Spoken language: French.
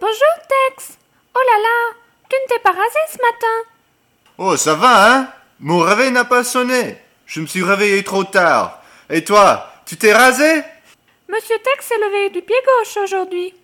Bonjour, Tex. Oh là là, tu ne t'es pas rasé ce matin. Oh, ça va, hein Mon réveil n'a pas sonné. Je me suis réveillé trop tard. Et toi, tu t'es rasé Monsieur Tex s'est levé du pied gauche aujourd'hui.